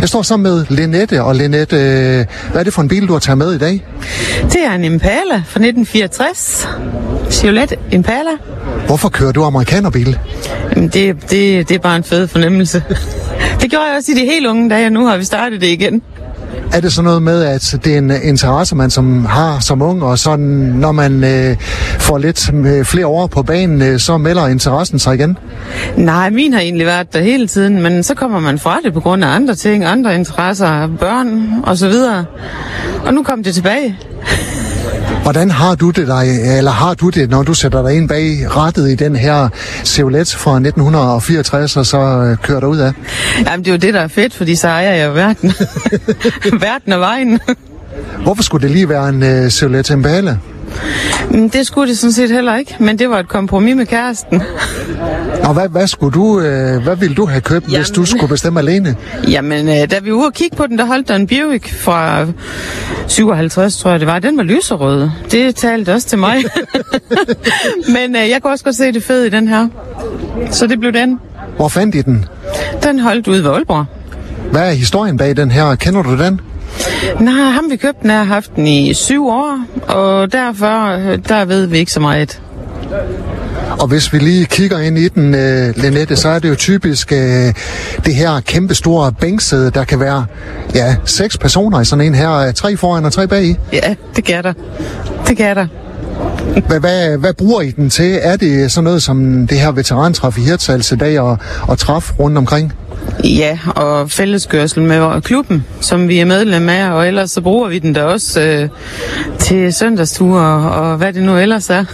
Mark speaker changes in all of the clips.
Speaker 1: Jeg står sammen med Lenette, og Lenette, øh, hvad er det for en bil, du har taget med i dag?
Speaker 2: Det er en Impala fra 1964. Chevrolet Impala.
Speaker 1: Hvorfor kører du amerikanerbil?
Speaker 2: Jamen, det, det, det er bare en fed fornemmelse. Det gjorde jeg også i de helt unge dage, og nu har vi startet det igen.
Speaker 1: Er det sådan noget med, at det er en interesse, man som har som ung, og sådan, når man øh, får lidt øh, flere år på banen, øh, så melder interessen sig igen?
Speaker 2: Nej, min har egentlig været der hele tiden, men så kommer man fra det på grund af andre ting, andre interesser, børn og så videre. Og nu kom det tilbage.
Speaker 1: Hvordan har du det, der, eller har du det, når du sætter dig ind bag rattet i den her Chevrolet fra 1964, og så øh, kører dig ud af?
Speaker 2: Jamen, det er jo det, der er fedt, fordi så ejer jeg jo verden. verden og vejen.
Speaker 1: Hvorfor skulle det lige være en øh, Chevrolet Impala?
Speaker 2: Men Det skulle det sådan set heller ikke, men det var et kompromis med kæresten.
Speaker 1: Og hvad, hvad, skulle du, øh, hvad ville du have købt, Jamen. hvis du
Speaker 2: Jamen.
Speaker 1: skulle bestemme alene?
Speaker 2: Jamen, øh, da vi var ude og kigge på den, der holdt der en Buick fra 57, tror jeg det var. Den var lyserød. Det talte også til mig. men øh, jeg kunne også godt se det fede i den her. Så det blev den.
Speaker 1: Hvor fandt I den?
Speaker 2: Den holdt ude ved Aalborg.
Speaker 1: Hvad er historien bag den her? Kender du den?
Speaker 2: Nej, ham vi købte den har jeg haft den i syv år, og derfor øh, der ved vi ikke så meget.
Speaker 1: Og hvis vi lige kigger ind i den, øh, Lenette, så er det jo typisk øh, det her kæmpe store bænksæde, der kan være ja, seks personer i sådan en her, øh, tre foran og tre bag i.
Speaker 2: Ja, det kan der. Det kan der.
Speaker 1: Hvad, hvad, hvad bruger I den til? Er det sådan noget som det her veterantræf i Hirtshals i dag og, og træf rundt omkring?
Speaker 2: Ja, og fælleskørsel med klubben, som vi er medlem af, og ellers så bruger vi den da også øh, til søndagsture og, og hvad det nu ellers er.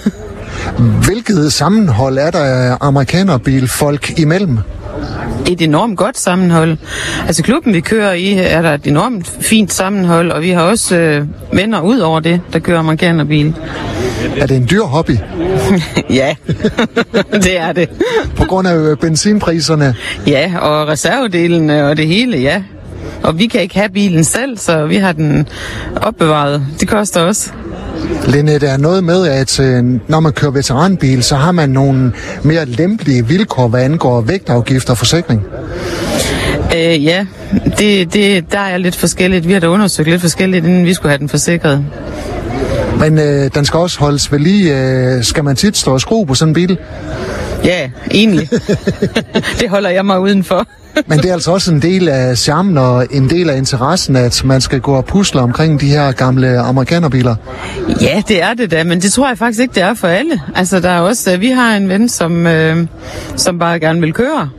Speaker 1: Hvilket sammenhold er der amerikanerbilfolk imellem?
Speaker 2: Et enormt godt sammenhold. Altså klubben, vi kører i, er der et enormt fint sammenhold, og vi har også øh, venner ud over det, der kører amerikanerbil.
Speaker 1: Er det en dyr hobby?
Speaker 2: ja, det er det.
Speaker 1: På grund af øh, benzinpriserne?
Speaker 2: Ja, og reservedelene og det hele, ja. Og vi kan ikke have bilen selv, så vi har den opbevaret. Det koster også.
Speaker 1: Linette, er noget med, at øh, når man kører veteranbil, så har man nogle mere lempelige vilkår, hvad angår vægtafgift og forsikring.
Speaker 2: Øh, ja, det, det, der er lidt forskelligt. Vi har da undersøgt lidt forskelligt, inden vi skulle have den forsikret.
Speaker 1: Men øh, den skal også holdes ved lige. Øh, skal man tit stå og skrue på sådan en bil?
Speaker 2: Ja, egentlig. det holder jeg mig udenfor.
Speaker 1: Men det er altså også en del af charmen og en del af interessen, at man skal gå og pusle omkring de her gamle amerikanerbiler.
Speaker 2: Ja, det er det da, men det tror jeg faktisk ikke, det er for alle. Altså, der er også, vi har en ven, som, øh, som bare gerne vil køre.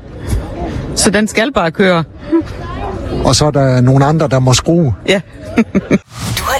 Speaker 2: Så den skal bare køre.
Speaker 1: Og så er der nogle andre, der må skrue.
Speaker 2: Ja.
Speaker 3: Du har